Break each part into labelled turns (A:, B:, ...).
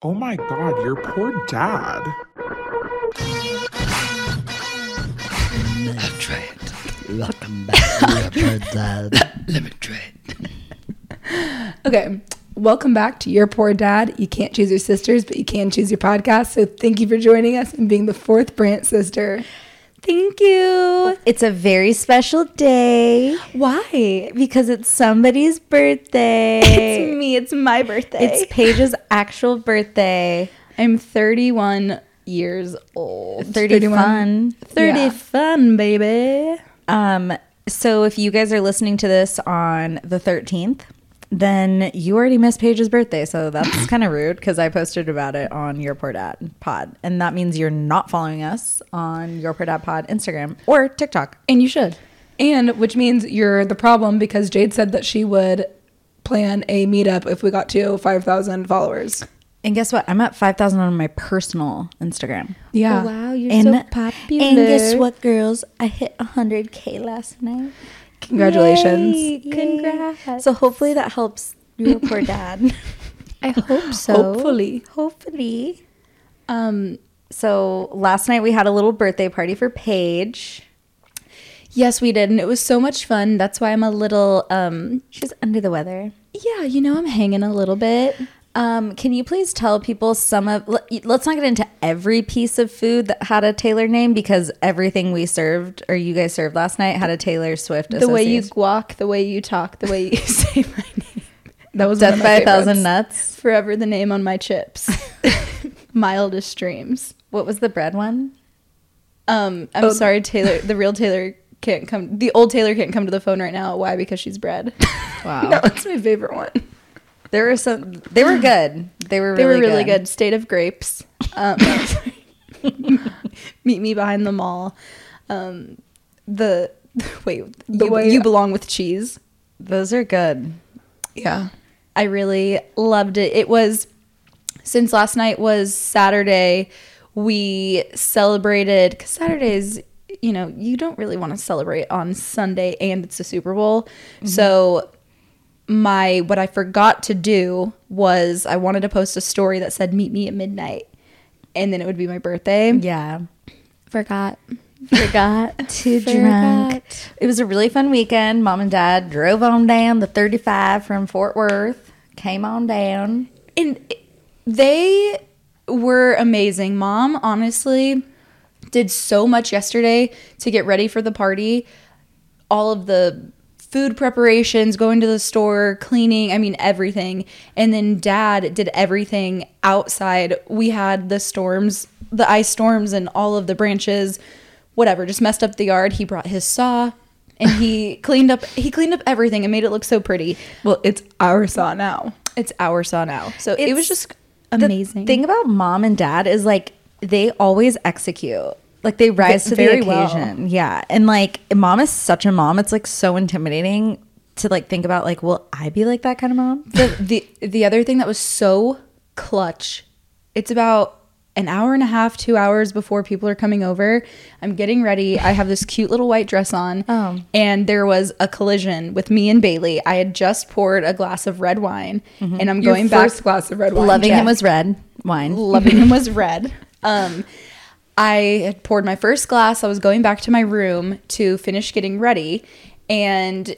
A: Oh my god, your poor dad.
B: Love Trade. Welcome back to Love Trade Dad. Limit Trade.
C: Okay. Welcome back to Your Poor Dad. You can't choose your sisters, but you can choose your podcast. So thank you for joining us and being the fourth Brant sister.
D: Thank you. It's a very special day
C: Why?
D: because it's somebody's birthday.
C: It's me. It's my birthday.
D: It's Paige's actual birthday.
C: I'm 31 years old.
D: 30 fun.
C: 30
D: Yeah.
C: fun, baby.
D: Um, so if you guys are listening to this on the 13th, then you already missed Paige's birthday. So that's kind of rude because I posted about it on Your Poor Dad Pod. And that means you're not following us on Your Poor Dad Pod Instagram or TikTok.
C: And you should. And which means you're the problem because Jade said that she would plan a meetup if we got to 5,000 followers.
D: And guess what? I'm at 5,000 on my personal Instagram.
E: Oh,
C: Yeah.
D: wow,
C: you're
D: And guess what, girls? I hit 100K last night.
C: Congratulations.
D: Congrats. So hopefully that helps your poor dad. I hope so.
C: Hopefully.
D: Hopefully.
C: Um,
D: So last night we had a little birthday party for Paige.
C: yes, we did. And it was so much fun. That's why I'm a little, um,
D: She's under the weather.
C: yeah, you know, I'm hanging a little bit.
D: Um, can you please tell people some of? l- Let's not get into every piece of food that had a Taylor name because everything we served or you guys served last night had a Taylor Swift.
E: the way you
D: association.
E: walk, the way you talk, the way you say my name.
C: That was
D: death
C: one of
D: by
C: my
D: a thousand
C: favorites.
D: nuts.
E: Forever the name on my chips. Mildest dreams.
D: What was the bread one?
E: Um,
C: Oh,
E: I'm sorry, Taylor. The real Taylor can't come. The old Taylor can't come to the phone right now. Why? Because she's bred.
D: Wow,
C: That was my favorite one.
D: there were some. They were good. They were.
E: they
D: really
E: were really good. State of grapes. Um, meet me behind the mall. Um, the wait.
C: The
E: you,
C: way-
E: you belong with cheese.
D: Those are good.
C: Yeah.
E: I really loved it. It was since last night was Saturday, we celebrated because Saturdays, you know, you don't really want to celebrate on Sunday and it's the Super Bowl. So my what I forgot to do was I wanted to post a story that said meet me at midnight and then it would be my birthday.
D: Yeah.
E: Forgot.
D: Forgot to drunk. It was a really fun weekend. Mom and Dad drove on down the 35 from Fort Worth. Came on down.
E: and it- they were amazing. Mom, honestly, did so much yesterday to get ready for the party. All of the food preparations, going to the store, cleaning, I mean, everything. And then dad did everything outside. We had the storms, the ice storms, and all of the branches, whatever, just messed up the yard. He brought his saw. And he cleaned up. He cleaned up everything and made it look so pretty.
C: Well, it's our saw now.
E: It's our saw now. So it was
D: It's-
E: just amazing.
D: The thing about mom and dad is like they always execute. Like they rise to
E: Very
D: the
E: well.
D: occasion. Yeah. And like mom is such a mom. It's like so intimidating to like think about like, will I be like that kind of mom?
E: the, the the other thing that was so clutch, it's about an hour and a half, two hours before people are coming over. I'm getting ready. I have this cute little white dress on.
D: Oh.
E: And there was a collision with me and Bailey. I had just poured a glass of red wine and I'm
C: Mm-hmm. Your
E: going back
C: first glass of red wine.
D: Loving
C: Jack.
D: him was red wine.
E: loving him was red. Um, I had poured my first glass. I was going back to my room to finish getting ready, and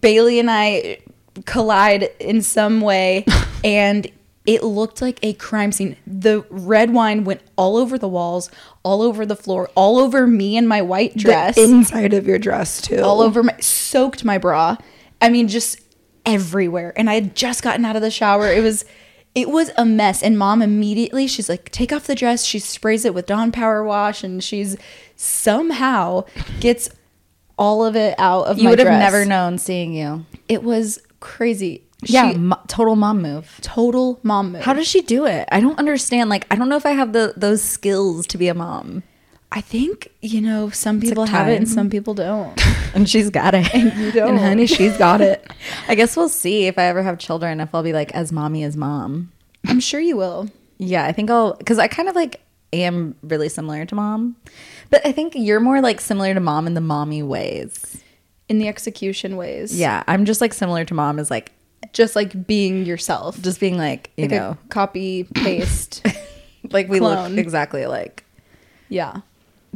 E: Bailey and I collide in some way, and it looked like a crime scene. The red wine went all over the walls, all over the floor, all over me and my white dress,
C: The inside of your dress too.
E: all over my soaked my bra. I mean, just everywhere. And I had just gotten out of the shower. It was it was a mess. And mom immediately she's like, take off the dress. She sprays it with Dawn Power Wash and she's somehow gets all of it out of
D: You
E: my
D: would have
E: dress.
D: never known seeing you.
E: It was crazy.
D: Yeah.
E: She-
D: mo- total mom move.
E: total mom move.
D: How does she do it? I don't understand. Like, I don't know if I have the those skills to be a mom.
E: I think, you know, some people have it
D: time.
E: and some people don't.
D: And she's got it.
C: And honey, she's got it.
D: I guess we'll see if I ever have children, if I'll be like as mommy as mom.
E: I'm sure you will.
D: Yeah, I think I'll, because I kind of like am really similar to mom. But I think you're more like similar to mom in the mommy ways.
E: In the execution ways.
D: Yeah, I'm just like similar to mom as like it.
E: just like being yourself.
D: Just being like, you
E: like
D: know,
E: a copy paste.
D: like we
E: clone.
D: look exactly alike.
E: yeah.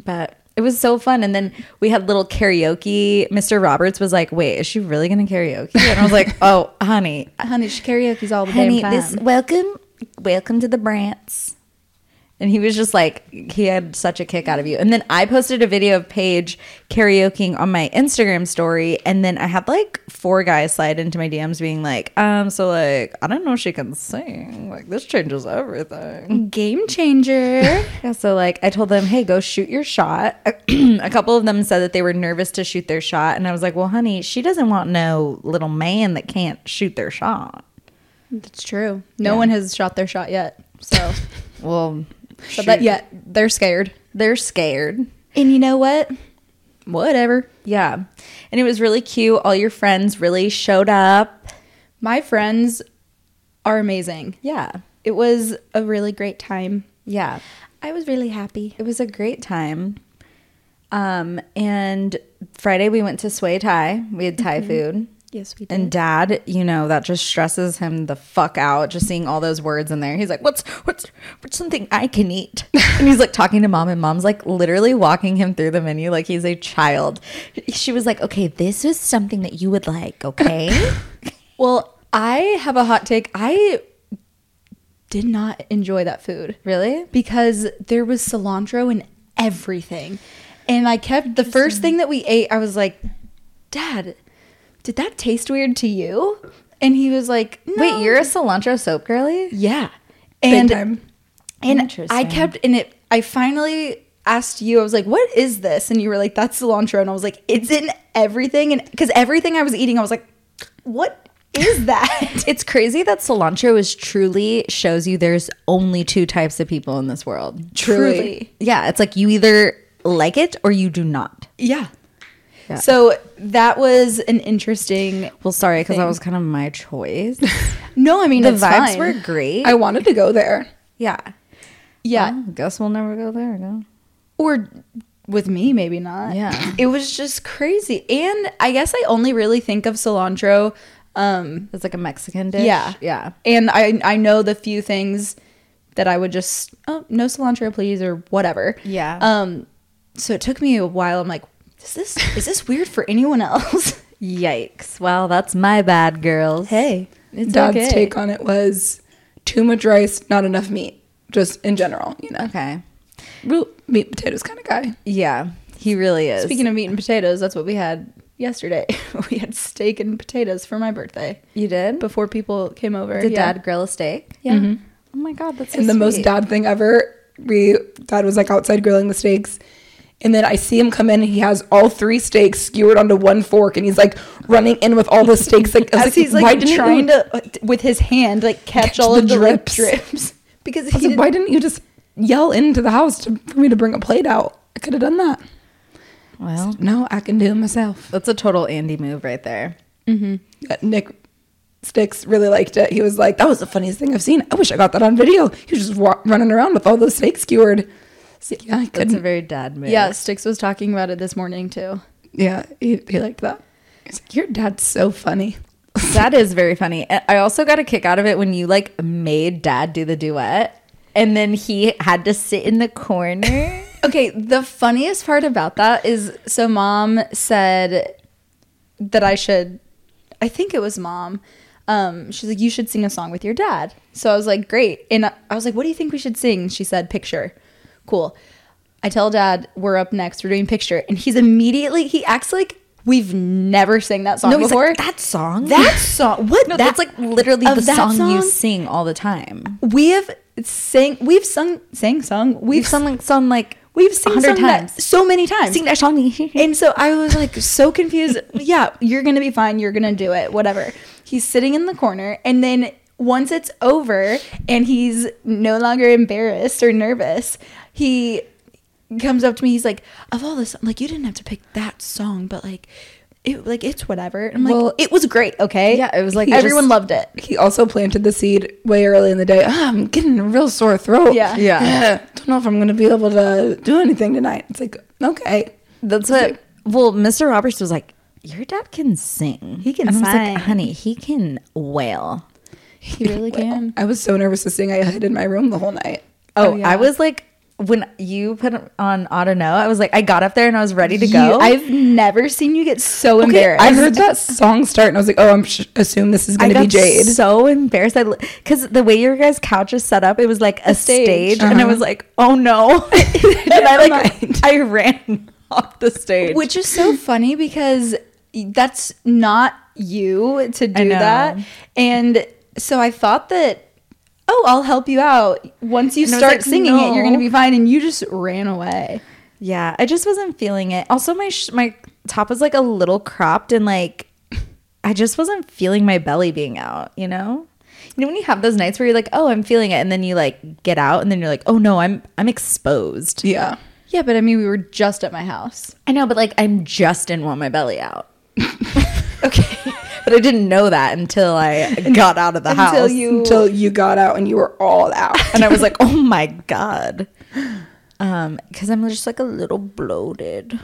D: But it was so fun. And then we had little karaoke. Mr. Roberts was like, wait, is she really going to karaoke? And I was like, oh, honey,
E: Honey, she karaoke's all the
D: honey,
E: damn
D: this
E: time.
D: welcome, welcome to the Brants. And he was just like, he had such a kick out of you. And then I posted a video of Paige karaokeing on my Instagram story. And then I had like four guys slide into my DMs being like, um, so like, I don't know if she can sing. Like, this changes everything.
E: Game changer.
D: Yeah, so like, I told them, hey, go shoot your shot. a couple of them said that they were nervous to shoot their shot. And I was like, well, honey, she doesn't want no little man that can't shoot their shot.
E: That's true. No one has shot their shot yet. So,
D: Well,
E: but that, yeah, they're scared.
D: they're scared.
E: And you know what? Whatever.
D: Yeah. And it was really cute. All your friends really showed up.
E: My friends are amazing.
D: Yeah.
E: It was a really great time.
D: Yeah.
E: I was really happy.
D: It was a great time. Um, and Friday we went to Sway Thai. We had Thai food.
E: Mm-hmm. Yes, we did.
D: And dad, you know, that just stresses him the fuck out, just seeing all those words in there. He's like, What's what's what's something I can eat? And he's like talking to mom, and mom's like literally walking him through the menu like he's a child. She was like, Okay, this is something that you would like, okay?
E: well, I have a hot take. I did not enjoy that food.
D: really?
E: because there was cilantro in everything. And I kept the first thing that we ate, I was like, Dad, did that taste weird to you? And he was like, no.
D: Wait, you're a cilantro soap girly?
E: Yeah. And
C: time.
E: and I
D: Interesting.
E: kept and it I finally asked you, I was like, what is this? And you were like, that's cilantro. And I was like, it's in everything. And because everything I was eating, I was like, what is that?
D: It's crazy that cilantro is truly shows you there's only two types of people in this world.
E: Truly.
D: Yeah, it's like you either like it or you do not.
E: Yeah.
D: Yeah.
E: So that was an interesting
D: Well, sorry, because that was kind of my choice.
E: No, I mean
D: The
E: it's
D: vibes
E: fine.
D: were great.
C: I wanted to go there.
D: yeah.
E: Yeah.
D: guess we'll never go there again.
E: or with me maybe not
D: Yeah.
E: it was just crazy and i guess i only really think of cilantro um
D: It's like a Mexican dish.
E: yeah
D: Yeah.
E: and i i know the few things that i would just oh no cilantro please or whatever
D: Yeah.
E: um so it took me a while i'm like is this is this weird for anyone else
D: Yikes. Well, that's my bad, girls.
E: hey it's
C: Dad's
E: okay
C: take on it was too much rice, not enough meat. Just in general, you know,
D: Okay.
C: real meat and potatoes kind of guy.
D: Yeah, he really is.
E: speaking of meat and potatoes that's what we had yesterday we had steak and potatoes for my birthday
D: you did?
E: before people came over
D: Did
E: Yeah.
D: dad grill a steak?
E: yeah
D: Oh my God, that's so
C: and the most
D: sweet.
C: dad thing ever. We dad was like outside grilling the steaks, and then I see him come in. and He has all three steaks skewered onto one fork, and he's like running in with all the steaks. Like, I was
E: as he's like
C: why didn't
E: trying
C: you,
E: to with his hand like catch,
C: Catch
E: all
C: the
E: of the like,
C: drips.
E: drips because
C: I was
E: he
C: like, why didn't you just yell into the house to, for me to bring a plate out? I could have done that.
D: Well,
C: No, I can do it myself.
D: that's a total Andy move right there.
C: Uh, Nick Sticks really liked it. He was like, "That was the funniest thing I've seen. I wish I got that on video." He was just wa- running around with all those steaks skewered. So, yeah, I
D: That's
C: couldn't.
D: a very dad move.
E: yeah Styx was talking about it this morning too
C: yeah, he, he liked that. He's like, "Your dad's so funny."
D: That is very funny. And I also got a kick out of it when you like made dad do the duet and then he had to sit in the corner.
E: okay the funniest part about that is so mom said that I should I think it was mom um she's like you should sing a song with your dad so I was like great and I I was like what do you think we should sing she said picture cool I tell dad we're up next we're doing picture and he's immediately he acts like we've never sang that song
D: No, he's
E: before
D: like, that song?
E: that song what
D: no,
E: that-
D: that's like literally
E: of
D: the
E: that
D: song, you sing all the time.
E: we have sang we've sung sang sung we've
D: We've
E: sung
D: sung like sung like
E: we've sing,
D: hundred
E: sung that
D: times.
E: so many times
D: Sing that song.
E: and so I was like so confused. yeah, you're gonna be fine. You're gonna do it. Whatever. He's sitting in the corner, and then once it's over and he's no longer embarrassed or nervous, he comes up to me. He's like, "Of all this, like you didn't have to pick that song, but like." It, like it's whatever. And I'm like,
C: Well-
E: it was great, okay.
D: Yeah, it was like-
E: everyone
D: just-
E: loved it.
C: He also planted the seed way early in the day. "Ah, I'm getting a real sore throat.
E: Yeah.
D: Yeah.
C: Don't know if I'm gonna be able to do anything tonight. It's like okay.
D: That's what. Well, Mr. Roberts was like, your dad can sing. He
E: can
D: and I was
E: sing.
D: like, honey, he can wail.
E: He really can.
C: I was so nervous to sing. I hid in my room the whole night.
D: Oh,
E: yeah.
D: I was like, when you put on I don't know, I was like, I got up there and I was ready to go.
E: You- I've never seen you get so
C: Okay,
E: embarrassed.
C: I heard that song start and I was like, oh, I'm sh- assume this is
D: I
C: going to be Jade.
D: so embarrassed because the way your guys' couch is set up, it was like a, stage,
E: stage. Uh-huh.
D: and I was like, "Oh no!" and I like I ran off the stage.
E: Which is so funny because that's not you to do
D: know.
E: that. And so I thought that, oh, I'll help you out. Once you
D: And I was
E: start
D: like,
E: singing it, you're going
D: no.
E: to be fine. And you just ran away.
D: yeah, I just wasn't feeling it. Also, my sh- my top was like a little cropped, and like I just wasn't feeling my belly being out. You know, you know when you have those nights where you're like, "Oh, I'm feeling it," and then you like get out, and then you're like, "Oh no, I'm I'm exposed."
C: yeah.
E: Yeah, but I mean, we were just at my house.
D: I know, but like I'm just didn't want my belly out. okay. But I didn't know that until I got out of the house.
E: Until you.
C: Until you got out and you were all out.
D: and I was like, oh my God. Um, because I'm just like a little bloated.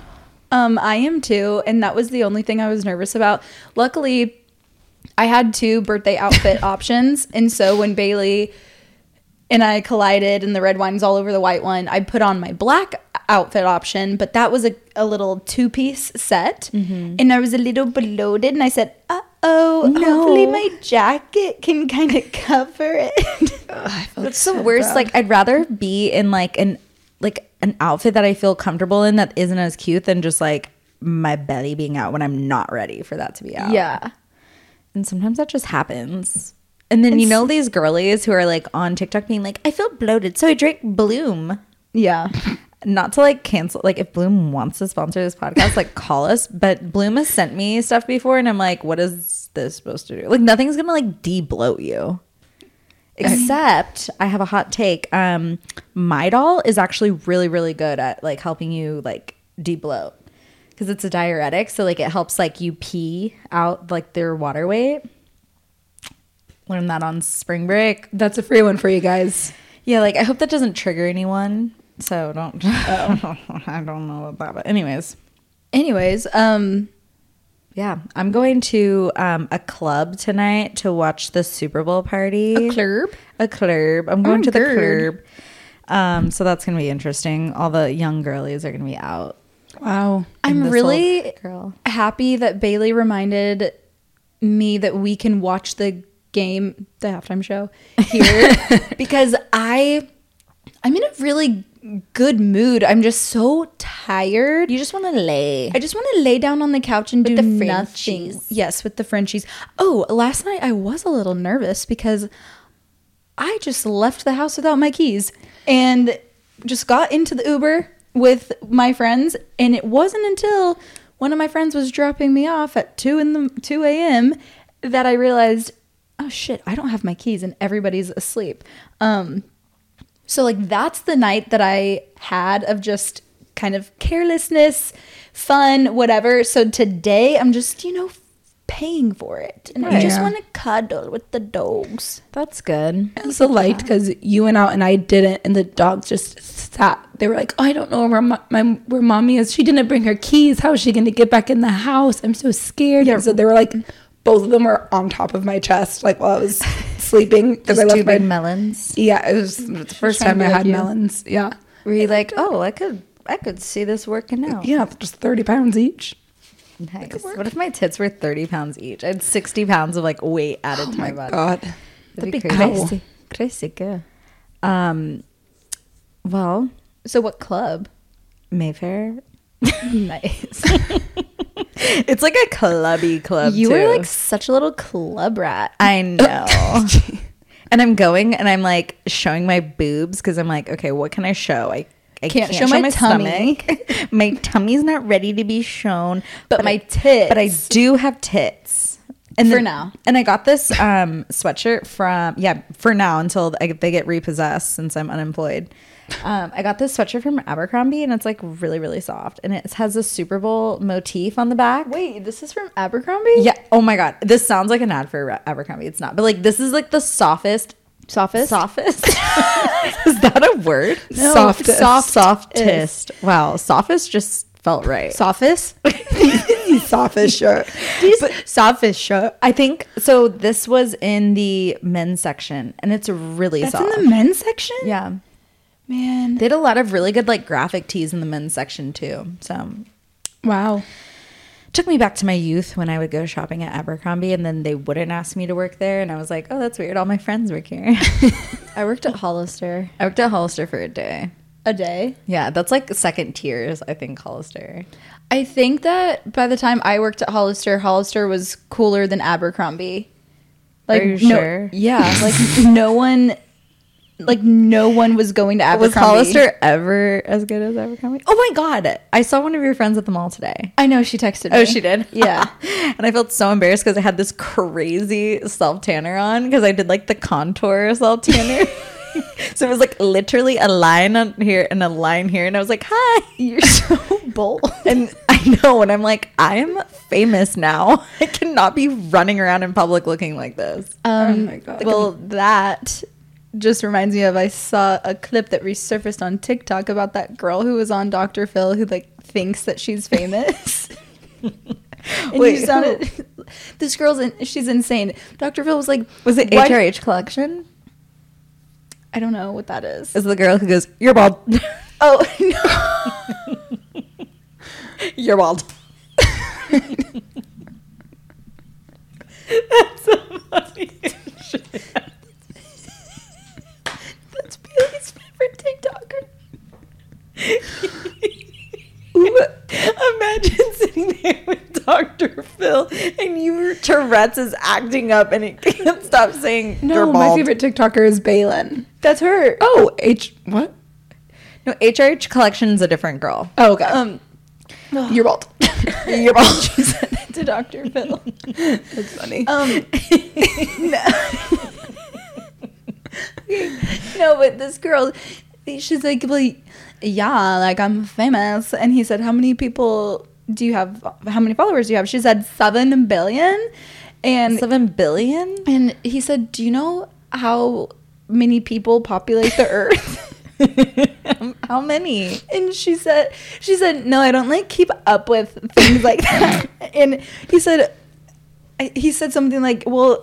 E: Um, I am too, and that was the only thing I was nervous about. Luckily, I had two birthday outfit options, and so when Bailey and I collided, and the red wine's all over the white one, I put on my black outfit option, but that was a, a little two piece set, and I was a little bloated, and I said, "Uh oh, hopefully my jacket can kind of cover it."
D: That's the worst. Like I'd rather be in like an like an outfit that I feel comfortable in that isn't as cute than just like my belly being out when I'm not ready for that to be out.
E: yeah,
D: And sometimes that just happens. And then you know these girlies who are like on TikTok being like, I feel bloated, so I drink Bloom.
E: yeah.
D: Not to like cancel, like if Bloom wants to sponsor this podcast, like call us. But Bloom has sent me stuff before, and I'm like, what is this supposed to do? Like nothing's gonna like de-bloat you. Except I have a hot take. Um, my doll is actually really, really good at like helping you like de-bloat because it's a diuretic, so like it helps like you pee out like their water weight. Learned that on spring break.
C: That's a free one for you guys.
D: Yeah, like I hope that doesn't trigger anyone. So don't. I don't know about that, but anyways,
E: Anyways, um,
D: yeah, I'm going to um, a club tonight to watch the Super Bowl party.
E: a club.
D: A club. I'm going to
E: Oh, good.
D: the club. Um, so that's gonna be interesting. All the young girlies are gonna be out.
C: Wow.
E: I'm
D: this
E: really
D: old girl.
E: happy that Bailey reminded me that we can watch the game, the halftime show here, because I, I'm in a really good mood. I'm just so tired.
D: You just want to lay.
E: I just want to lay down on the couch and do
D: the
E: nothing.
D: Frenchies.
E: Yes, with the Frenchies. Oh, last night I was a little nervous because I just left the house without my keys and just got into the Uber with my friends. And it wasn't until one of my friends was dropping me off at two in the two a.m. that I realized, oh shit, I don't have my keys, and everybody's asleep. Um, so like that's the night that I had of just kind of carelessness, fun, whatever. So today I'm just, you know, paying for it. And I just
C: Yeah.
E: want to cuddle with the dogs.
D: That's good.
C: I also liked because you went out and I didn't, and the dogs just sat. They were like, "Oh, I don't know where my, my where mommy is. She didn't bring her keys. How is she going to get back in the house? I'm so scared." And so they were like, both of them were on top of my chest, like while I was sleeping because I left my
D: melons.
C: yeah. It was the first time
E: trying to
C: I
E: be like
C: had
E: you.
C: melons. Yeah,
D: Were you like, oh, I could, I could see this working out.
C: yeah, just thirty pounds each.
D: Nice. What if my tits were 30 pounds each? I had 60 pounds of like weight added to Oh my, body.
C: God,
D: That'd,
E: That'd
D: be
E: be
D: crazy. Crazy girl. Um, well,
E: So what club?
D: Mayfair.
E: nice.
D: It's like a clubby club.
E: You
D: too.
E: were like such a little club rat.
D: I know. and I'm going and I'm like showing my boobs because I'm like, okay, what can I show? I, I
E: Can't show my tummy.
D: stomach. my tummy's not ready to be shown,
E: But my
D: I-
E: tits.
D: But I do have tits. And
E: For
D: then-
E: now.
D: And I got this um, sweatshirt from yeah for now until I, they get repossessed since I'm unemployed. Um, I got this sweatshirt from Abercrombie and it's like really really soft and it has a Super Bowl motif on the back.
E: Wait, this is from Abercrombie?
D: Yeah. Oh my God. This sounds like an ad for Ra- Abercrombie. It's not. But like, this is like the softest.
E: Softest?
D: Softest. is that a word?
C: No, softest.
D: Soft, softest. Wow. Softest just felt right.
E: Sophist?
C: He's soft shirt.
D: Softfish show. I think so. This was in the men's section, and it's really
E: That's
D: soft.
E: in the men's section?
D: yeah,
E: Man.
D: they had a lot of really good like graphic tees in the men's section too. So
E: Wow.
D: took me back to my youth when I would go shopping at Abercrombie, and then they wouldn't ask me to work there, and I was like, oh, that's weird. All my friends work here.
E: I worked at Hollister
D: I worked at Hollister for a day.
E: a day.
D: Yeah, that's like second tiers, I think, Hollister.
E: I think that by the time I worked at Hollister, Hollister was cooler than Abercrombie. Like
D: Are you
E: no,
D: sure?
E: Yeah, like no one like no one was going to Abercrombie.
D: Was Hollister ever as good as Abercrombie? Oh my god, I saw one of your friends at the mall today.
E: I know she texted me.
D: Oh, she did.
E: Yeah.
D: and I felt so embarrassed because I had this crazy self tanner on because I did like the contour self tanner. so it was like literally a line on here and a line here, and I was like, "Hi, you're so bold." and I know, and I'm like, I'm famous now. I cannot be running around in public looking like this.
E: Um,
C: Oh my God.
E: Well, that just reminds me of I saw a clip that resurfaced on TikTok about that girl who was on Dr. Phil who like thinks that she's famous. and
D: Wait,
E: you sounded, this girl's in, she's insane. Dr. Phil was like,
D: Was it
E: "Why-
D: HRH collection?
E: I don't know what that is.
D: Is the girl who goes, "You're bald."
E: Oh no!
D: You're bald.
E: That's Bailey's favorite TikToker.
D: Imagine sitting there with Dr. Phil and your Tourette's is acting up and it can't stop saying you're
C: No, Oh, my
D: bald.
C: favorite TikToker is Balin.
E: That's her.
C: Oh, H. What?
D: No, HRH collection's a different girl.
C: Oh, okay.
E: Um,
C: You're bald.
D: You're bald.
E: she said that to Dr. Phil.
C: That's funny.
E: Um, no. no, but this girl, she's like, well, yeah, like I'm famous. And he said, how many people do you have? How many followers do you have? She said, seven billion. And
D: Seven billion?
E: and he said, do you know how many people populate the earth?
D: How many?
E: And she said, she said, no, I don't like keep up with things like that. and he said, I- he said something like, well,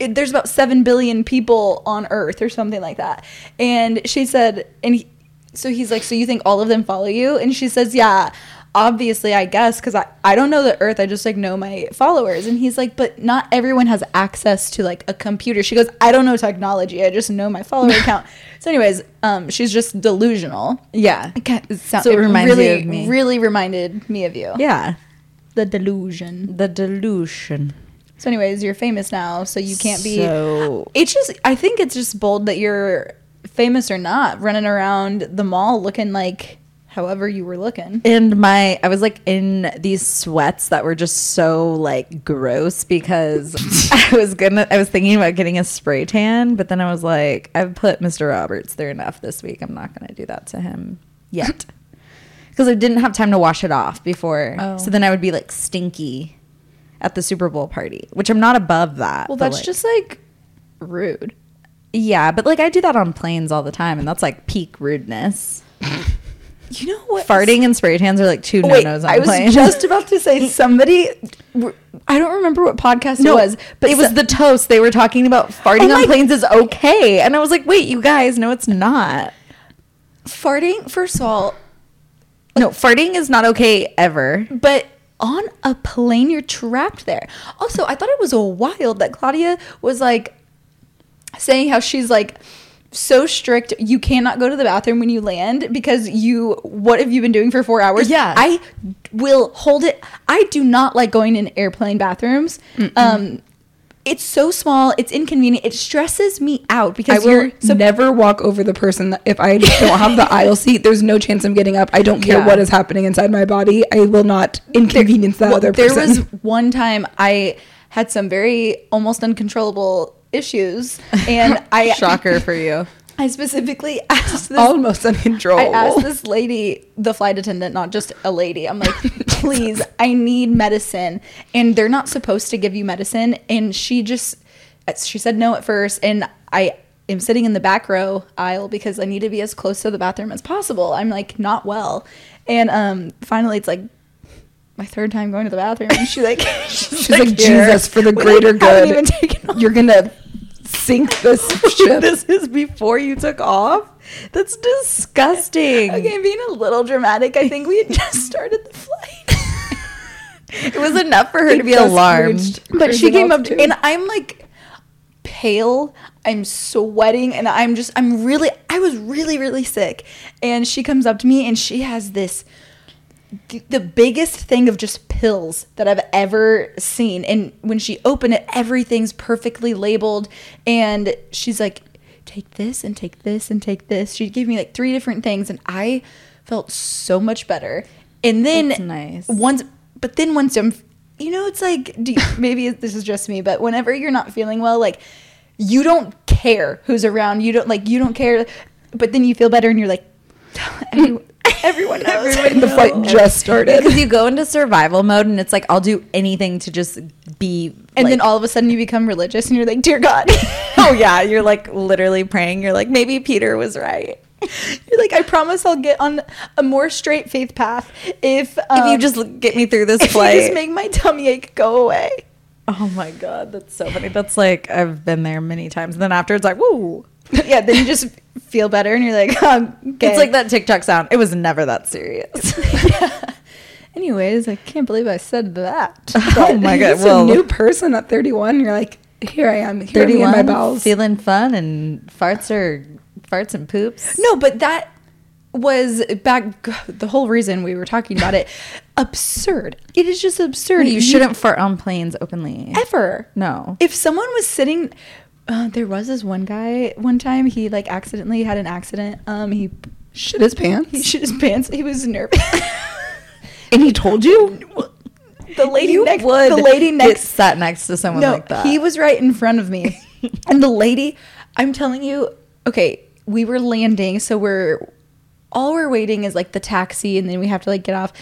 E: it, there's about seven billion people on Earth or something like that. And she said, and he, so he's like, so you think all of them follow you? And she says, yeah, obviously, I guess, because I, I don't know the Earth. I just like know my followers. And he's like, but not everyone has access to like a computer. She goes, I don't know technology. I just know my follower count. So, anyways, um, she's just delusional.
D: Yeah.
E: I can't, it sound,
D: So it
E: it
D: reminds you
E: really,
D: of me.
E: really reminded me of you.
D: Yeah.
E: The delusion.
D: The delusion.
E: So, anyways, you're famous now, so you can't be.
D: So-
E: It's just, I think it's just bold that you're famous or not, running around the mall looking like however you were looking.
D: And my, I was like in these sweats that were just so like gross because I was gonna, I was thinking about getting a spray tan, but then I was like, I've put Mr. Roberts through enough this week. I'm not gonna do that to him yet because I didn't have time to wash it off before.
E: Oh.
D: So then I would be like stinky at the Super Bowl party, which I'm not above that.
E: Well,
D: but,
E: that's
D: like-
E: just like rude.
D: yeah, but like I do that on planes all the time, and that's like peak rudeness.
E: You know what?
D: Farting and spray tans are like two no
E: Oh, Wait,
D: nos on
E: I was
D: planes.
E: just about to say somebody. I don't remember what podcast it was, but
D: it was the toast. They were talking about farting
E: Oh
D: on
E: my-
D: planes is okay, and I was like, "Wait, you guys, no, it's not.
E: farting. First of all,
D: No, farting is not okay ever."
E: but on a plane you're trapped there also i thought it was wild that claudia was like saying how she's like so strict you cannot go to the bathroom when you land because you what have you been doing for four hours
D: Yeah.
E: i will hold it i do not like going in airplane bathrooms um it's so small it's inconvenient it stresses me out
C: I
E: because
C: will
E: you're so
C: never walk over the person that if I don't have the aisle seat, there's no chance I'm getting up. I don't care
D: Yeah.
C: what is happening inside my body. I will not inconvenience that
E: Well,
C: other
E: there
C: person.
E: was one time I had some very almost uncontrollable issues, and I
D: Shocker for you. Oh,
E: I specifically asked this.
C: almost uncontrollable.
E: I asked this lady, the flight attendant, not just a lady. I'm like, please, I need medicine, and they're not supposed to give you medicine. And she just, she said no at first, and I am sitting in the back row aisle because I need to be as close to the bathroom as possible. I'm like not well, and um, finally it's like my third time going to the bathroom, and she like she's,
C: She's like,
E: "Here,
C: Jesus, for the
E: we
C: greater
E: haven't
C: good.
E: even taken off."
C: You're gonna sink this ship.
D: this is before you took off. That's disgusting.
E: Okay, being a little dramatic, I think we had just started the flight. it was enough for her to be
D: Just
E: alarmed.
D: reached
E: But she
C: cruising
E: came up to
C: altitude.
E: and I'm like pale, I'm sweating, and I'm just I'm really I was really, really sick. And she comes up to me and she has this th- the biggest thing of just pills that I've ever seen. And when she opened it, everything's perfectly labeled. And she's like, take this and take this and take this. She gave me like three different things, and I felt so much better. And then
D: That's nice.
E: once, but then once I'm, you know, it's like do you, maybe this is just me, but whenever you're not feeling well, like you don't care who's around. You don't like you don't care, but then you feel better, and you're like. Everyone, everyone knows.
C: the flight just started.
D: Because you go into survival mode and it's like, I'll do anything to just be.
E: and
D: like-
E: then all of a sudden you become religious and you're like dear god
D: oh, yeah. You're like literally praying. You're like, maybe Peter was right.
E: you're like i promise i'll get on a more straight faith path
D: if
E: if
D: you
E: um,
D: just get me through this
E: if you
D: flight.
E: just make my tummy ache go away
D: oh, my God. That's so funny. That's like, I've been there many times. And then after it's like, woo.
E: yeah then you just feel better and you're like um, okay.
D: It's like that TikTok sound. It was never that serious.
E: anyways i can't believe i said that
D: oh, my God.
C: It's
D: Well,
C: a new person at 31. You're like, here I am. Here
D: 31,
C: me in my bowels.
D: feeling fun and farts are farts and poops.
E: no but that was back the whole reason we were talking about it absurd it is just absurd
D: you shouldn't fart on planes openly.
E: ever
D: No.
E: if someone was sitting uh, there was this one guy one time he like accidentally had an accident um he
C: Shit his
E: he
C: pants.
E: shit his pants he was nervous
C: And he told you?
E: the lady
D: you
E: next
D: would
E: the lady
D: get
E: next
D: sat next to someone
E: no
D: like that.
E: he was right in front of me and the lady i'm telling you okay we were landing so we're all we're waiting is like the taxi and then we have to like get off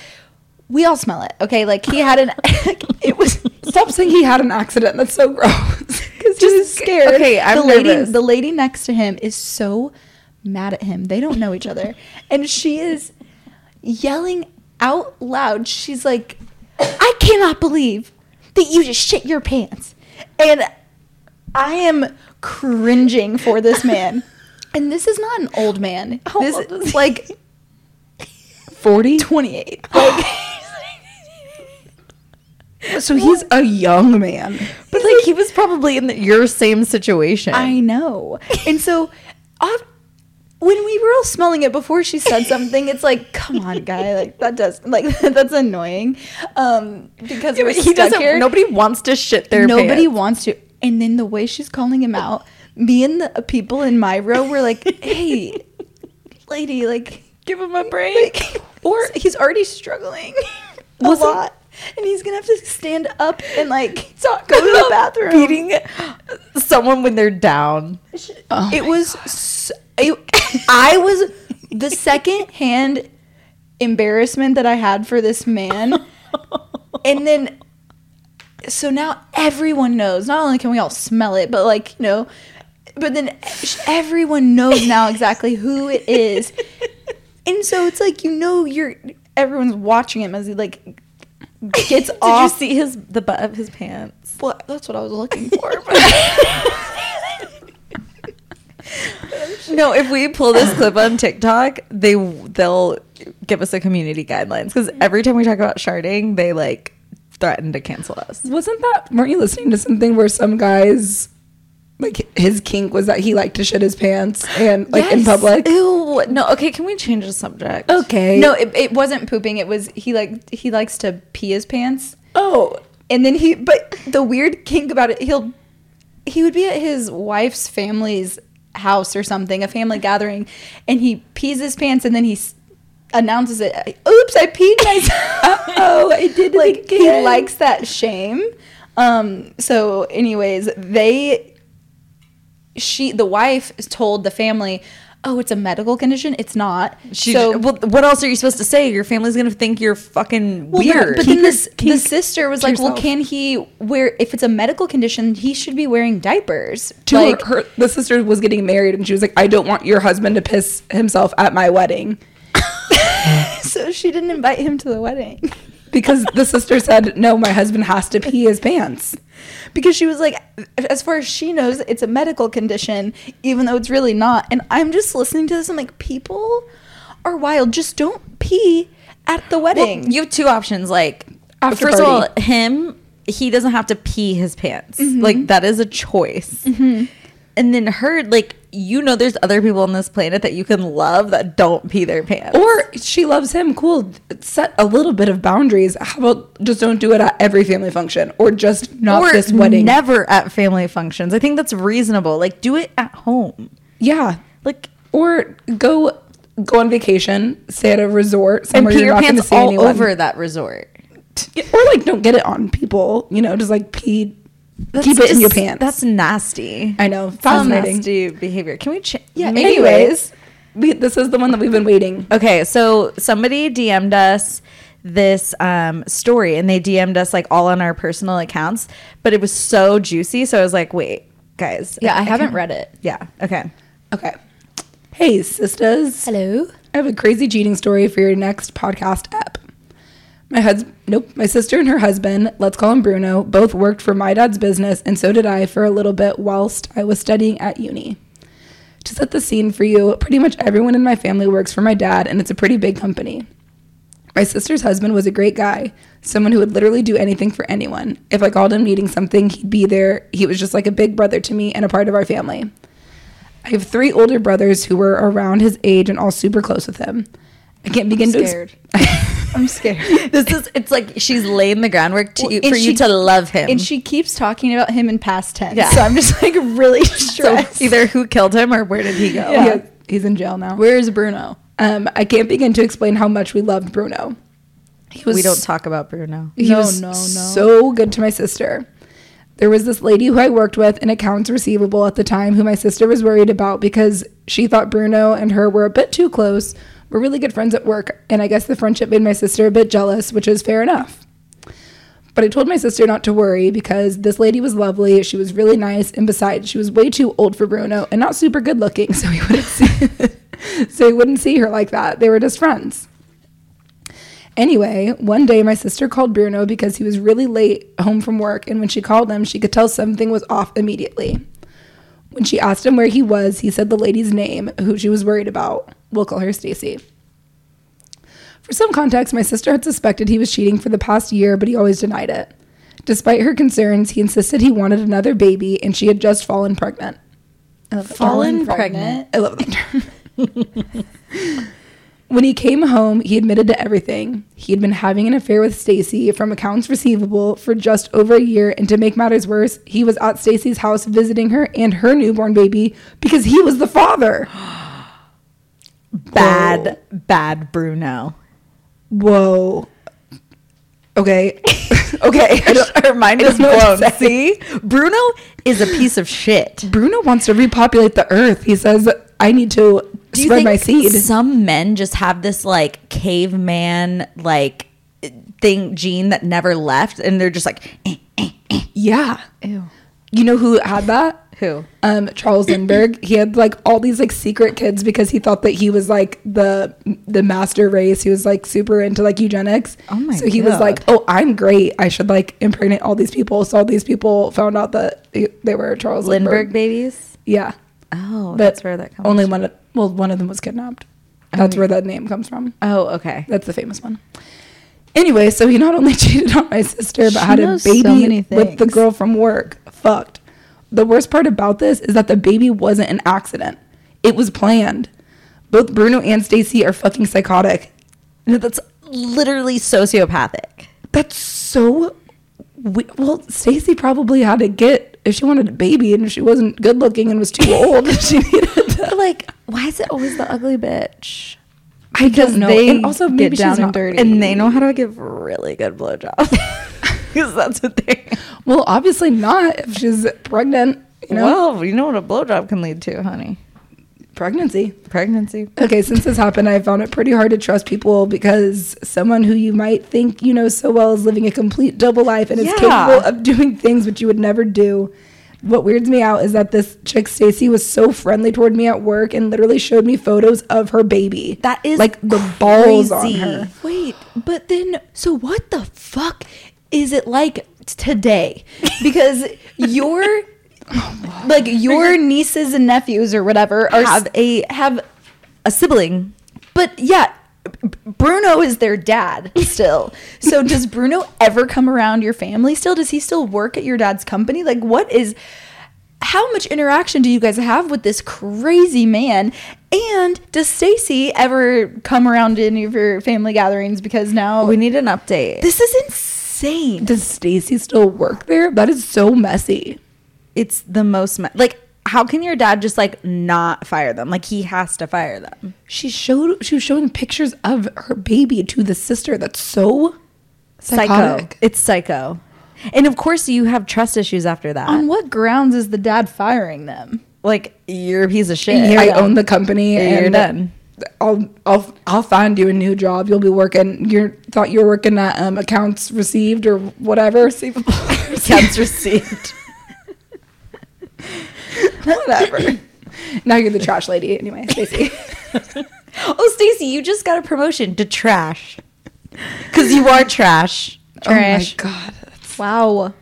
E: we all smell it okay like he had an it was
C: Stop saying he had an accident. That's so gross.
E: because he was scared.
D: okay, I'm
E: the lady,
D: nervous.
E: The lady next to him is so mad at him. They don't know each other, and she is yelling out loud. She's like, "I cannot believe that you just shit your pants," and I am cringing for this man. and this is not an old man. this
D: old
E: is like
C: 40?
E: 28. Like,
C: So he's a young man.
D: but like he was probably in the, your same situation.
E: I know. And so, i when we were all smelling it before she said something, it's like, come on, guy, like that does, like that's annoying, um, because it was
D: he doesn't.
E: Here.
D: Nobody wants to shit their
E: Nobody
D: pants.
E: wants to. And then the way she's calling him out, me and the uh, people in my row were like, hey, lady, like,
D: give him a break.
E: like, or he's already struggling a
D: Wasn't-
E: lot, and he's gonna have to stand up and like go to the bathroom.
D: Beating someone when they're down. Oh
E: it was s it, i was the second hand embarrassment that i had for this man and then so now everyone knows not only can we all smell it but like you know but then everyone knows now exactly who it is and so it's like you know you're everyone's watching him as he like gets
D: Did
E: off
D: you see his the butt of his pants?
E: well, that's what I was looking for. but-
D: No, if we pull this clip on TikTok, they they'll give us a community guidelines because every time we talk about sharding, they like threaten to cancel us.
C: Wasn't that, weren't you listening to something where some guys, like his kink was that he liked to shit his pants and like in
E: Yes.
C: public?
D: Ew. No. Okay. Can we change the subject?
C: Okay.
E: No, it, it wasn't pooping. It was he like he likes to pee his pants,
C: Oh,
E: and then he. But the weird kink about it, he'll he would be at his wife's family's house or something, a family gathering, and he pees his pants, and then he s- announces it. Oops, I peed myself.
C: Uh-oh, I did it
E: like he
C: again.
E: likes that shame. Um. So, anyways, they she the wife told the family. Oh, it's a medical condition. It's not.
D: She, so, well, what else are you supposed to say? Your family's gonna think you're fucking
E: Well, no,
D: weird.
E: but
C: Keep
E: then
C: your
E: this, the
C: kink
E: sister was
C: to
E: like, "Well,
C: yourself.
E: can he wear? If it's a medical condition, he should be wearing diapers."
C: to
E: like,
C: her, her, the sister was getting married and she was like, I don't want your husband to piss himself at my wedding.
E: so she didn't invite him to the wedding.
C: because the sister said, no, my husband has to pee his pants.
E: because she was like as far as she knows it's a medical condition even though it's really not and i'm just listening to this i'm like people are wild just don't pee at the wedding
D: Well, you have two options. Like,
C: After
D: first
C: party. Mm-hmm.
D: of all, him, he doesn't have to pee his pants. Like, that is a choice. And then her, like, you know, there's other people on this planet that you can love that don't pee their pants.
C: Or she loves him. Cool. Set a little bit of boundaries. How about just don't do it at every family function or just not
D: Or
C: this wedding?
D: never at family functions. I think that's reasonable. Like, do it at home.
C: yeah.
D: Like,
C: Or go go on vacation, stay at a resort
D: and
C: somewhere
D: pee
C: you're
D: your
C: not going to
D: pants
C: see
D: all
C: anyone.
D: over that resort.
C: Yeah, Or like don't get it on people, you know, just like pee keep it in your
D: just-
C: pants.
D: That's nasty.
C: I know.
D: That's
C: Fascinating. Mm-hmm.
D: nasty behavior. Can we? Ch-
C: Yeah,
D: maybe-
C: anyways, we, this is the one that we've been waiting.
D: Okay, so somebody DM'd us this um, story and they DM'd us like all on our personal accounts, but it was so juicy. So I was like, wait, guys.
E: yeah i, haven't
D: can't-
E: read it
D: Yeah, okay.
C: Okay. Hey, sisters.
E: hello
C: I have a crazy cheating story for your next podcast app. My husband, nope, my sister and her husband, let's call him Bruno, both worked for my dad's business, and so did I for a little bit whilst I was studying at uni. To set the scene for you, pretty much everyone in my family works for my dad, and it's a pretty big company. My sister's husband was a great guy, someone who would literally do anything for anyone. If I called him needing something, he'd be there. He was just like a big brother to me and a part of our family. I have three older brothers who were around his age and all super close with him. I can't begin to. ex-
E: scared i'm scared
D: This is, it's like she's laying the groundwork to
E: Well,
D: you,
E: and
D: for
E: she-
D: you to love him.
E: and she keeps talking about him in past tense
D: Yeah.
E: so i'm just like really
D: so
E: stressed
D: either who killed him or where did he go?
C: Yeah, he's in jail now.
E: where's bruno
C: Um, I can't begin to explain how much we loved Bruno. He was
D: We don't talk about Bruno.
C: He
E: No,
C: was
E: no, no.
C: so good to my sister. There was this lady who I worked with in accounts receivable at the time who my sister was worried about because she thought Bruno and her were a bit too close. We're really good friends at work, and I guess the friendship made my sister a bit jealous, which is fair enough. But I told my sister not to worry because this lady was lovely, she was really nice, and besides, she was way too old for Bruno and not super good looking, so he wouldn't see so he wouldn't see her like that. They were just friends. Anyway, one day my sister called Bruno because he was really late home from work, and when she called him, she could tell something was off immediately. When she asked him where he was, he said the lady's name, who she was worried about. We'll call her Stacy. For some context, my sister had suspected he was cheating for the past year, but he always denied it. Despite her concerns, he insisted he wanted another baby, and she had just fallen pregnant. I love that term.
D: Fallen pregnant.
C: I love that term. When he came home, he admitted to everything. He had been having an affair with Stacy from accounts receivable for just over a year, and to make matters worse, he was at Stacy's house visiting her and her newborn baby because he was the father. Oh.
D: Bad, bad Bruno.
C: Whoa. Okay. okay. I don't-
D: Her mind
C: I
D: is
C: don't know what
D: blown.
C: to say.
D: See? Bruno is a piece of shit.
C: Bruno wants to repopulate the earth. He says, I need to
D: Do you
C: spread my
D: think
C: seed.
D: Some men just have this like caveman like thing gene that never left, and they're just like eh,
C: yeah. You know who had that?
D: who?
C: um Charles Lindbergh. he had like all these like secret kids because he thought that he was like the the master race. He was like super into like eugenics.
D: Oh my
C: So he was
D: God.
C: like, "Oh, I'm great. I should like impregnate all these people." So all these people found out that he- they were Charles Lindbergh.
D: Lindbergh babies.
C: Yeah.
D: Oh,
C: But
D: that's where that comes.
C: Only one well one of them was kidnapped. That's where that name comes from.
D: oh, okay.
C: That's the famous one. Anyway, so he not only cheated on my sister, but
E: She
C: had a
E: knows so
C: baby
E: many
C: with the
E: things.
C: girl from work. Fucked. The worst part about this is that the baby wasn't an accident. It was planned. Both Bruno and Stacy are fucking psychotic.
D: No, that's literally sociopathic.
C: That's so. We- well, Stacy probably had to get if she wanted a baby and if she wasn't good looking and was too old, she needed. To,
E: like why is it always the ugly bitch
C: I don't know.
E: they
C: and also, maybe
E: get
C: she's
E: down and
C: not-
E: dirty.
D: And they know how to give really good blowjobs because that's what they.
C: Well, obviously not if she's pregnant. You know,
D: Well, you know what a blowjob can lead to, honey.
C: pregnancy.
D: Pregnancy.
C: Okay, since this happened, I found it pretty hard to trust people because someone who you might think you know so well is living a complete double life and is
D: Yeah.
C: capable of doing things which you would never do. What weirds me out is that this chick Stacy was so friendly toward me at work and literally showed me photos of her baby.
D: That is
C: like the balls on her.
E: wait But then, so what the fuck is it like today? Because your,
C: Oh
E: like your nieces and nephews or whatever are
D: Have a-
E: have,
D: a sibling.
E: but yeah, B- Bruno is their dad still. so does Bruno ever come around your family still? Does he still work at your dad's company? Like what is? How much interaction do you guys have with this crazy man? And does Stacy ever come around to any of your family gatherings? Because now
D: We need an update.
E: this is insane.
C: Does Stacy still work there? That is so messy.
D: it's the most me- like how can your dad just like not fire them? Like he has to fire them.
C: She showed she was showing pictures of her baby to the sister. That's so psychotic.
D: Psycho. It's psycho. And of course you have trust issues after that.
E: On what grounds is the dad firing them?
D: like you're a piece of shit.
C: I own the company
D: Yeah, you're
C: and
D: done.
C: I'll I'll I'll find you a new job. You'll be working. You thought you were working at um, accounts received or whatever.
D: Accounts received.
C: whatever. now you're the trash lady anyway, Stacy.
D: oh, Stacy, you just got a promotion to trash. Cuz you are trash. Trash.
C: Oh my god.
E: Wow.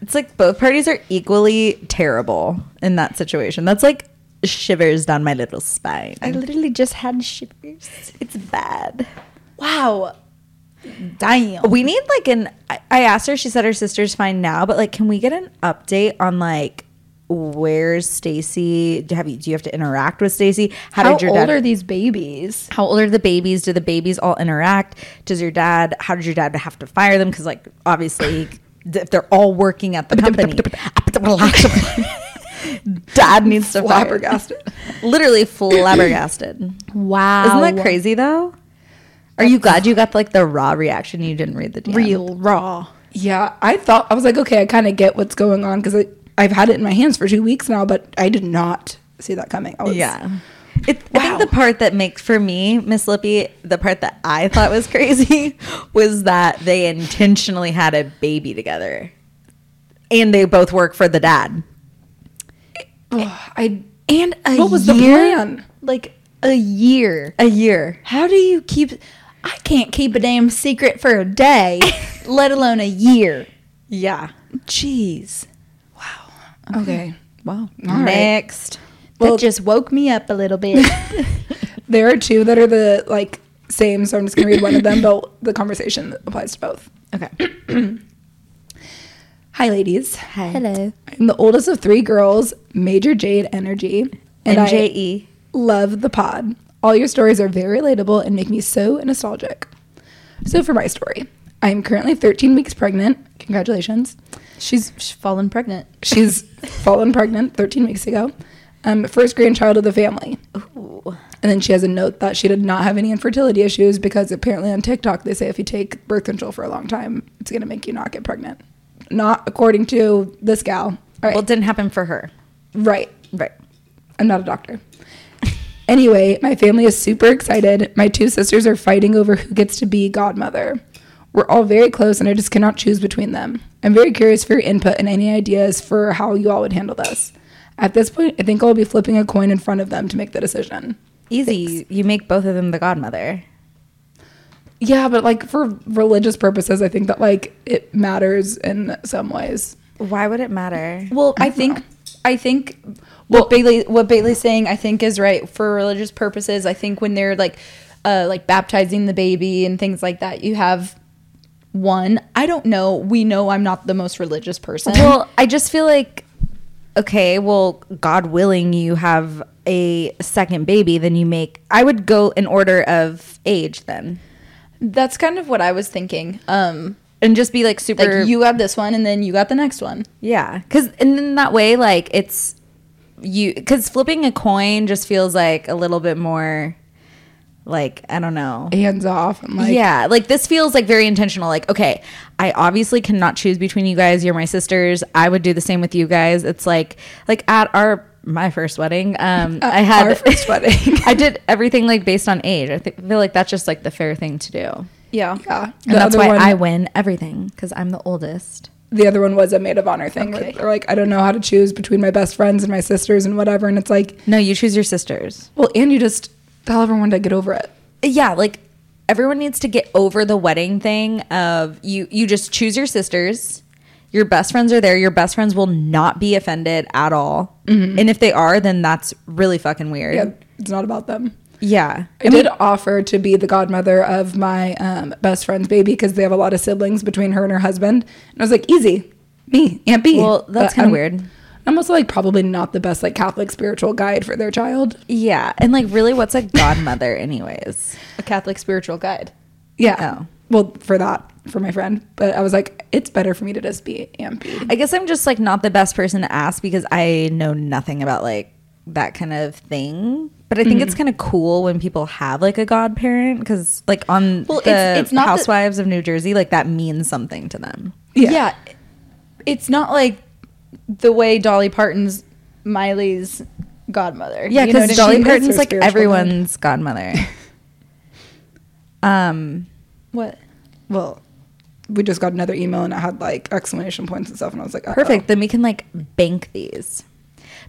D: it's like both parties are equally terrible in that situation. That's like shivers down my little spine.
E: I literally just had shivers.
D: it's bad.
E: Wow. Damn.
D: We need like an. I I asked her. She said her sister's fine now, but like, can we get an update on like where's Stacy? Do have you? Do you have to interact with Stacy? How,
E: How
D: did your
E: old
D: dad?
E: are these babies?
D: how old are the babies? Do the babies all interact? Does your dad? How did your dad have to fire them? Because like obviously, if they're all working at the company, dad needs to fire.
C: Flabbergasted.
D: Literally flabbergasted.
E: Wow.
D: Isn't that crazy though? Are you glad you got like the raw reaction? You didn't read the DM?
E: Real, raw.
C: Yeah, I thought I was like, okay, I kind of get what's going on because I've had it in my hands for two weeks now, but I did not see that coming. I was,
D: Yeah. It, I
C: Wow.
D: think the part that makes for me, Miss Lippy, the part that I thought was crazy was that they intentionally had a baby together. And they both work for the dad.
C: Ugh, I
E: And a
C: What was the
E: year,
C: plan?
E: Like a year.
D: A year.
E: How do you keep? I can't keep a damn secret for a day, let alone a year.
D: Yeah.
E: Jeez,
C: okay.
D: Wow.
C: right.
D: Next.
C: Well-
E: that just woke me up a little bit.
C: There are two that are the like same, so I'm just gonna read one of them, but the conversation applies to both.
D: Okay.
C: Hi, ladies.
E: Hello.
C: I'm the oldest of three girls, Major Jade Energy, and I
E: E.
D: MJE.
C: love the pod. All your stories are very relatable and make me so nostalgic. So for my story, I am currently 13 weeks pregnant. Congratulations.
E: She's she's fallen pregnant.
C: She's fallen pregnant 13 weeks ago. Um, first grandchild of the family. And then she has a note that she did not have any infertility issues because apparently on TikTok they say if you take birth control for a long time, it's going to make you not get pregnant. Not according to this gal. All right.
D: Well, it didn't happen for her.
C: right.
D: Right.
C: I'm not a doctor. Anyway, my family is super excited. My two sisters are fighting over who gets to be godmother. We're all very close, and I just cannot choose between them. I'm very curious for your input and any ideas for how you all would handle this. At this point, I think I'll be flipping a coin in front of them to make the decision.
D: Easy. You make both of them the godmother.
C: Yeah, but like for religious purposes, I think that like it matters in some ways.
D: Why would it matter?
E: Well, I think I think what Bailey what Bailey's saying I think is right for religious purposes. I think when they're like uh like baptizing the baby and things like that, you have one. I don't know. We know I'm not the most religious person.
D: Well, I just feel like okay, well, God willing you have a second baby, then you make I would go in order of age then.
E: That's kind of what I was thinking. Um
D: And just be like
E: like
D: super
E: you got this one and then you got the next one.
D: Yeah. Cause and then that way like it's you because flipping a coin just feels like a little bit more like I don't know.
C: Hands off. and like,
D: yeah, like this feels like very intentional. Like, okay, I obviously cannot choose between you guys. You're my sisters. I would do the same with you guys. It's like, like at our my first wedding, um, I had
C: our first wedding.
D: I did everything like based on age. I thi- feel like that's just like the fair thing to do, and
E: Yeah.
C: yeah.
D: that's
C: other
D: why
C: one-
D: I win everything because I'm the oldest.
C: the other one was a maid of honor thing where
E: Okay.
C: they're like i don't know how to choose between my best friends and my sisters and whatever and it's like
D: No, you choose your sisters.
C: well and you just tell everyone to get over it
D: Yeah, like everyone needs to get over the wedding thing of you you just choose your sisters. Your best friends are there. Your best friends will not be offended at all.
E: Mm-hmm.
D: And if they are, then that's really fucking weird.
C: Yeah, it's not about them.
D: Yeah.
C: I did offer to be the godmother of my um, best friend's baby because they have a lot of siblings between her and her husband. And I was like, easy, me, Aunt B.
D: Well, that's
C: But
D: kinda
C: I'm-
D: weird.
C: I'm also like probably not the best like Catholic spiritual guide for their child.
D: Yeah. And like really what's a godmother anyways?
E: a Catholic spiritual guide.
C: Yeah.
D: Oh.
C: Well, for that, for my friend. But I was like, it's better for me to just be Aunt B.
D: I guess I'm just like not the best person to ask because I know nothing about like that kind of thing. But I think
E: Mm-hmm.
D: it's kind of cool when people have like a godparent because like on
E: Well,
D: the
E: it's- it's not that-
D: Housewives of New Jersey, like that means something to them.
C: Yeah.
E: It's not like the way Dolly Parton's Miley's godmother.
D: Yeah,
E: You know,
D: because
E: she
D: Dolly
E: is
D: Parton's
E: her
D: like
E: spiritual
D: everyone's godmother. um,
E: guide. What?
C: Well, we just got another email and it had like exclamation points and stuff. And I was like, uh-oh.
D: perfect. Then we can like bank these.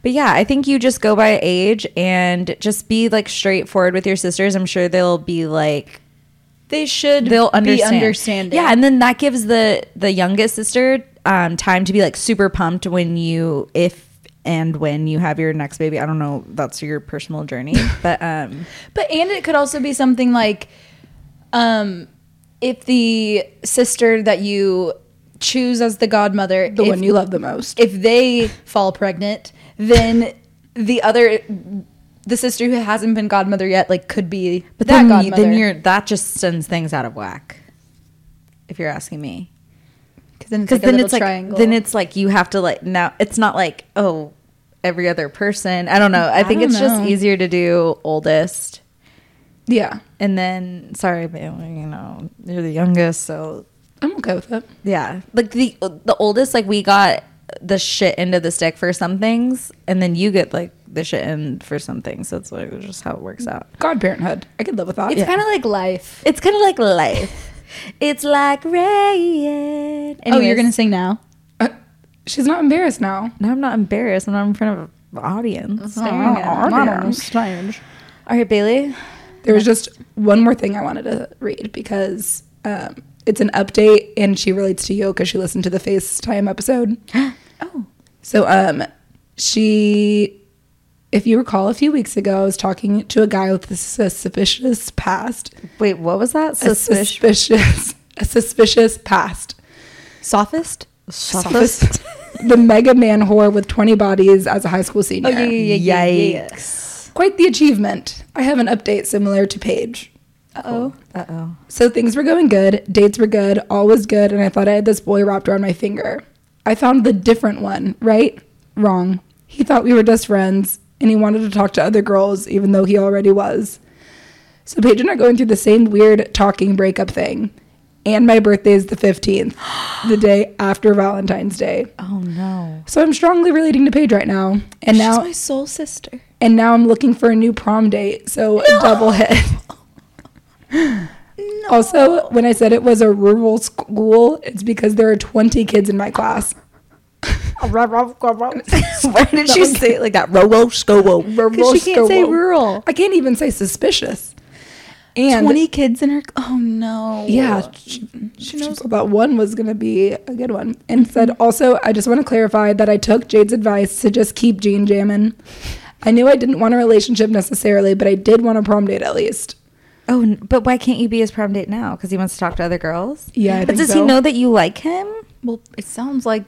D: But yeah, I think you just go by age and just be like straightforward with your sisters. I'm sure they'll be like
E: They should
D: they'll understand.
E: be understanding.
D: Yeah, and then that gives the the youngest sister um, time to be like super pumped when you if and when you have your next baby. I don't know. That's your personal journey, but um,
E: But and it could also be something like um if the sister that you choose as the godmother
C: The
E: if,
C: one you love the most.
E: if they fall pregnant, then the other the sister who hasn't been godmother yet like could be
D: but
E: that
D: then, you,
E: godmother.
D: then you're that just sends things out of whack. If you're asking me,
E: cuz then it's
D: because
E: like
D: then
E: a
D: it's
E: little
D: like
E: triangle.
D: then it's like you have to like now it's not like oh every other person. I don't know. I, think
E: don't
D: it's just
E: know.
D: easier to do oldest.
C: yeah.
D: And then, sorry, but you know, you're the youngest, so
C: I'm okay with it.
D: Yeah, like the the oldest, like we got the shit end of the stick for some things, and then you get like the shit end for some things. That's like just how it works out.
C: Godparenthood. I could live with that.
E: it's kind of like life.
D: It's kind of like life. it's like rain.
E: Oh, you're
D: Anyways,
E: going to sing now?
C: Uh, she's not embarrassed now.
D: No, I'm not embarrassed. I'm not in front of an audience. staring at me.
C: strange.
D: All right, Bailey.
C: There was just one more thing I wanted to read because um, it's an update and she relates to you because she listened to the FaceTime episode. oh. So um, she, if you recall, a few weeks ago, I was talking to a guy with a suspicious past.
D: Wait, what was that?
C: A
D: Suspicious.
C: suspicious, a suspicious past.
D: Sophist.
C: Sophist. the mega man whore with 20 bodies as a high school
E: Oh,
C: senior.
D: yeah, yeah,
E: Yikes.
C: Quite the achievement. I have an update similar to Paige.
E: Uh-oh.
D: Uh oh.
C: So things were going good, dates were good, all was good, and I thought I had this boy wrapped around my finger. I found the different one, right? Wrong. He thought we were just friends, and he wanted to talk to other girls, even though he already was. So Paige and I are going through the same weird talking breakup thing. And my birthday is the 15th, the day after Valentine's Day.
D: Oh no.
C: So I'm strongly relating to Paige right now. And
E: She's
C: now
E: my soul sister.
C: and now I'm looking for a new prom date. So a double hit. Also, when I said it was a rural school, it's because there are 20 kids in my class.
D: Why did she say it like that? Robo scobo.
C: Rural
E: she can't say rural.
C: I can't even say suspicious. And
E: 20 kids in her Oh no.
C: yeah, she, she knows Mm-hmm. that one was going to be a good one. And said, also, I just want to clarify that I took Jade's advice to just keep Gene jamming. I knew I didn't want a relationship necessarily, but I did want a prom date at least.
D: Oh, n- but why can't you be his prom date now? Because he wants to talk to other girls.
C: Yeah, I
D: but
C: think
D: does he
C: so.
D: know that you like him?
E: Well, it sounds like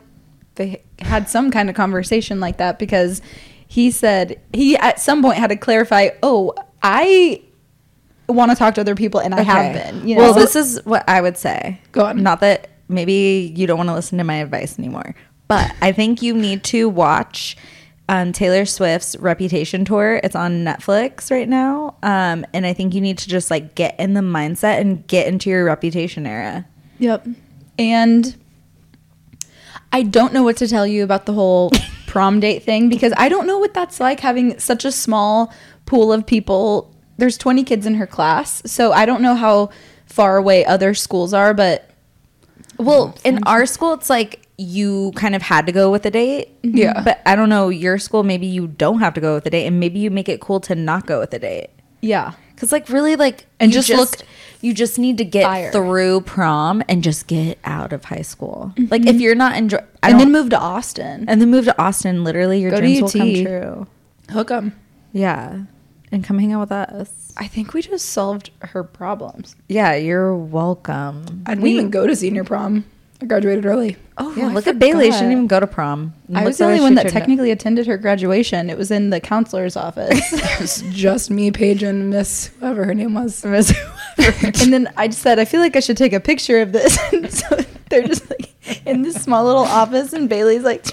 E: they had some kind of conversation like that because he said he at some point had to clarify, "Oh, I want to talk to other people and I have been." You know?
D: Well, this is what I would say.
C: Go on.
D: Not that maybe you don't want to listen to my advice anymore, but I think you need to watch um, Taylor Swift's Reputation tour. It's on Netflix right now, um, and I think you need to just like get in the mindset and get into your Reputation era.
E: yep. And I don't know what to tell you about the whole prom date thing because I don't know what that's like having such a small pool of people. There's 20 kids in her class, so I don't know how far away other schools are, but
D: Well, in our school, it's like you kind of had to go with a date.
C: Yeah.
D: But I don't know, your school, maybe you don't have to go with a date, and maybe you make it cool to not go with a date.
E: yeah.
D: Because, like, really, like,
E: And
D: you
E: just look-
D: You just need to get
E: Fire.
D: through prom and just get out of high school. Like if you're not enjoying,
E: Mm-hmm. and then move to Austin.
D: and then move to Austin. Literally, your
E: Go to
D: dreams will come
E: UT.
D: true.
C: Hook them.
D: Yeah, and come hang out with us.
E: I think we just solved her problems.
D: Yeah, you're welcome.
C: I didn't even go to senior prom. I graduated early.
E: Oh,
D: Yeah, look at Bailey. She didn't even go to prom.
E: I
D: Look
E: was the
D: how
E: only
D: she
E: one that
D: turned out.
E: technically attended her graduation. It was in the counselor's office.
C: It's just me, Paige, and Miss whoever her name was.
E: and then I just said, I feel like I should take a picture of this. And so they're just like in this small little office, and Bailey's like,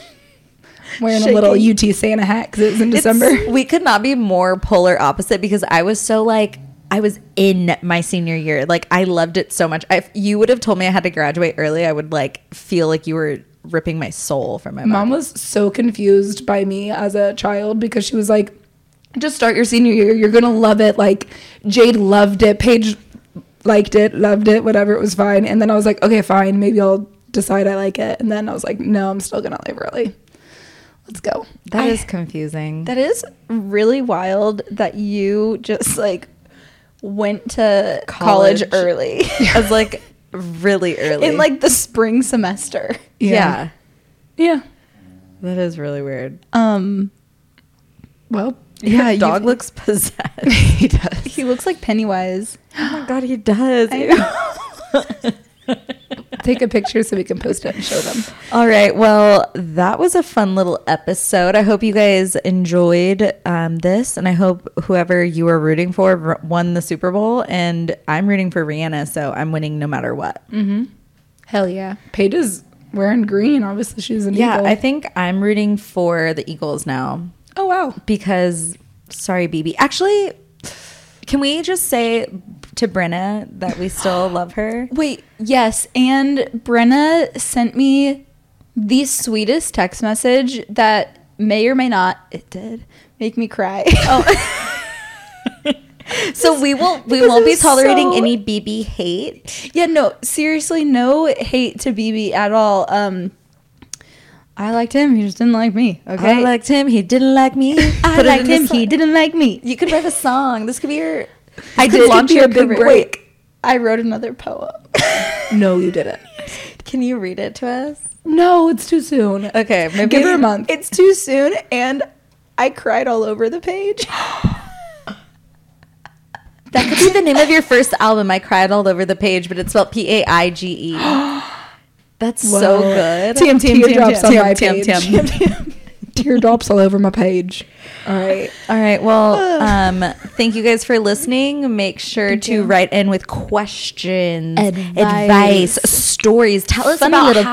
C: Wearing
E: Shaking.
C: a little UT Santa hat because it was in
D: It's-
C: December.
D: we could not be more polar opposite because I was so like I was in my senior year. Like I loved it so much. If you would have told me I had to graduate early, I would like feel like you were ripping my soul from my
C: Mom
D: mom.
C: was so confused by me as a child because she was like, just start your senior year. You're going to love it. Like, Jade loved it. Paige liked it, loved it, whatever. It was fine. And then I was like, okay, fine. Maybe I'll decide I like it. And then I was like, no, I'm still going to leave early. Let's go.
D: That
E: I-
D: is confusing.
E: That is really wild that you just like went to college,
D: College.
E: early
D: I was like really early.
E: in like the spring semester.
D: yeah.
C: Yeah.
D: That is really weird.
E: Um,
C: Well,
D: Yeah,
E: you-
D: dog looks possessed. he does.
E: he looks like Pennywise.
D: Oh my god, he does.
E: I
D: Ew.
C: take a picture so we can post it and show them.
D: All right. Well, that was a fun little episode. I hope you guys enjoyed um, this, and I hope whoever you were rooting for r- won the Super Bowl. And I'm rooting for Rihanna, so I'm winning no matter what.
C: Hell yeah. Paige is wearing green. Obviously, she's an
D: Yeah,
C: eagle.
D: I think I'm rooting for the Eagles now
C: oh, wow.
D: because, sorry, BB. Actually, can we just say to Brenna that we still love her?
E: Wait, yes. And Brenna sent me the sweetest text message that may or may not, it did make me cry.
D: Oh. So we will we
E: Because
D: won't
E: it
D: be
E: was
D: tolerating
E: so-
D: any BB hate.
E: yeah, no, seriously, no hate to BB at all. Um, I liked him. He just didn't like me. Okay.
D: I liked him. He didn't like me.
E: I
D: Put it
E: liked
D: in a
E: him. He
D: song.
E: didn't like me.
D: You could write a song. This could be your.
E: I
D: could launch your career.
E: Wait, I wrote another poem.
C: No, you didn't.
D: Can you read it to us?
C: No, it's too soon.
D: Okay, maybe
C: Give her a month.
E: It's too soon, and I cried all over the page.
D: that could be the name of your first album. I cried all over the page, but it's spelled P A I G E. That's so
C: Whoa.
D: good.
C: Tam, tam, Teardrops
D: tam,
C: on my
D: tam,
C: page.
D: tam.
C: Teardrops all over my page. All right.
D: All right. Well, um, thank you guys for listening. Make sure to write in with questions, advice, stories. Tell us about how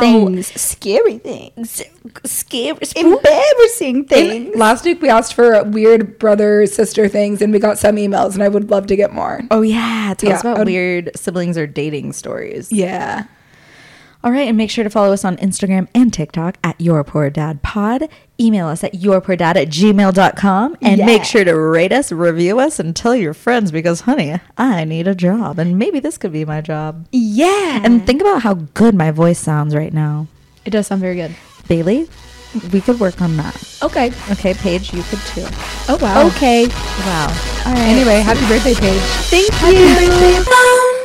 E: scary things,
D: s- scary,
E: embarrassing things.
C: Last week we asked for weird brother sister things and we got some emails and I would love to get more.
D: Oh yeah, tell us
C: Yeah,
D: about
C: I'd-
D: weird siblings or dating stories.
C: Yeah.
D: All right, and make sure to follow us on Instagram and TikTok at Your Poor Dad Pod. Email us at yourpoordad at gmail.com and make sure to rate us, review us, and tell your friends because, honey, I need a job and maybe this could be my job.
E: yeah,
D: And think about how good my voice sounds right now.
E: it does sound very good.
D: Bailey, we could work on that.
C: Okay.
D: Okay, Paige, you could too.
C: Oh wow.
D: Okay. Wow. All right.
C: Anyway, happy birthday, Paige.
D: Thank you.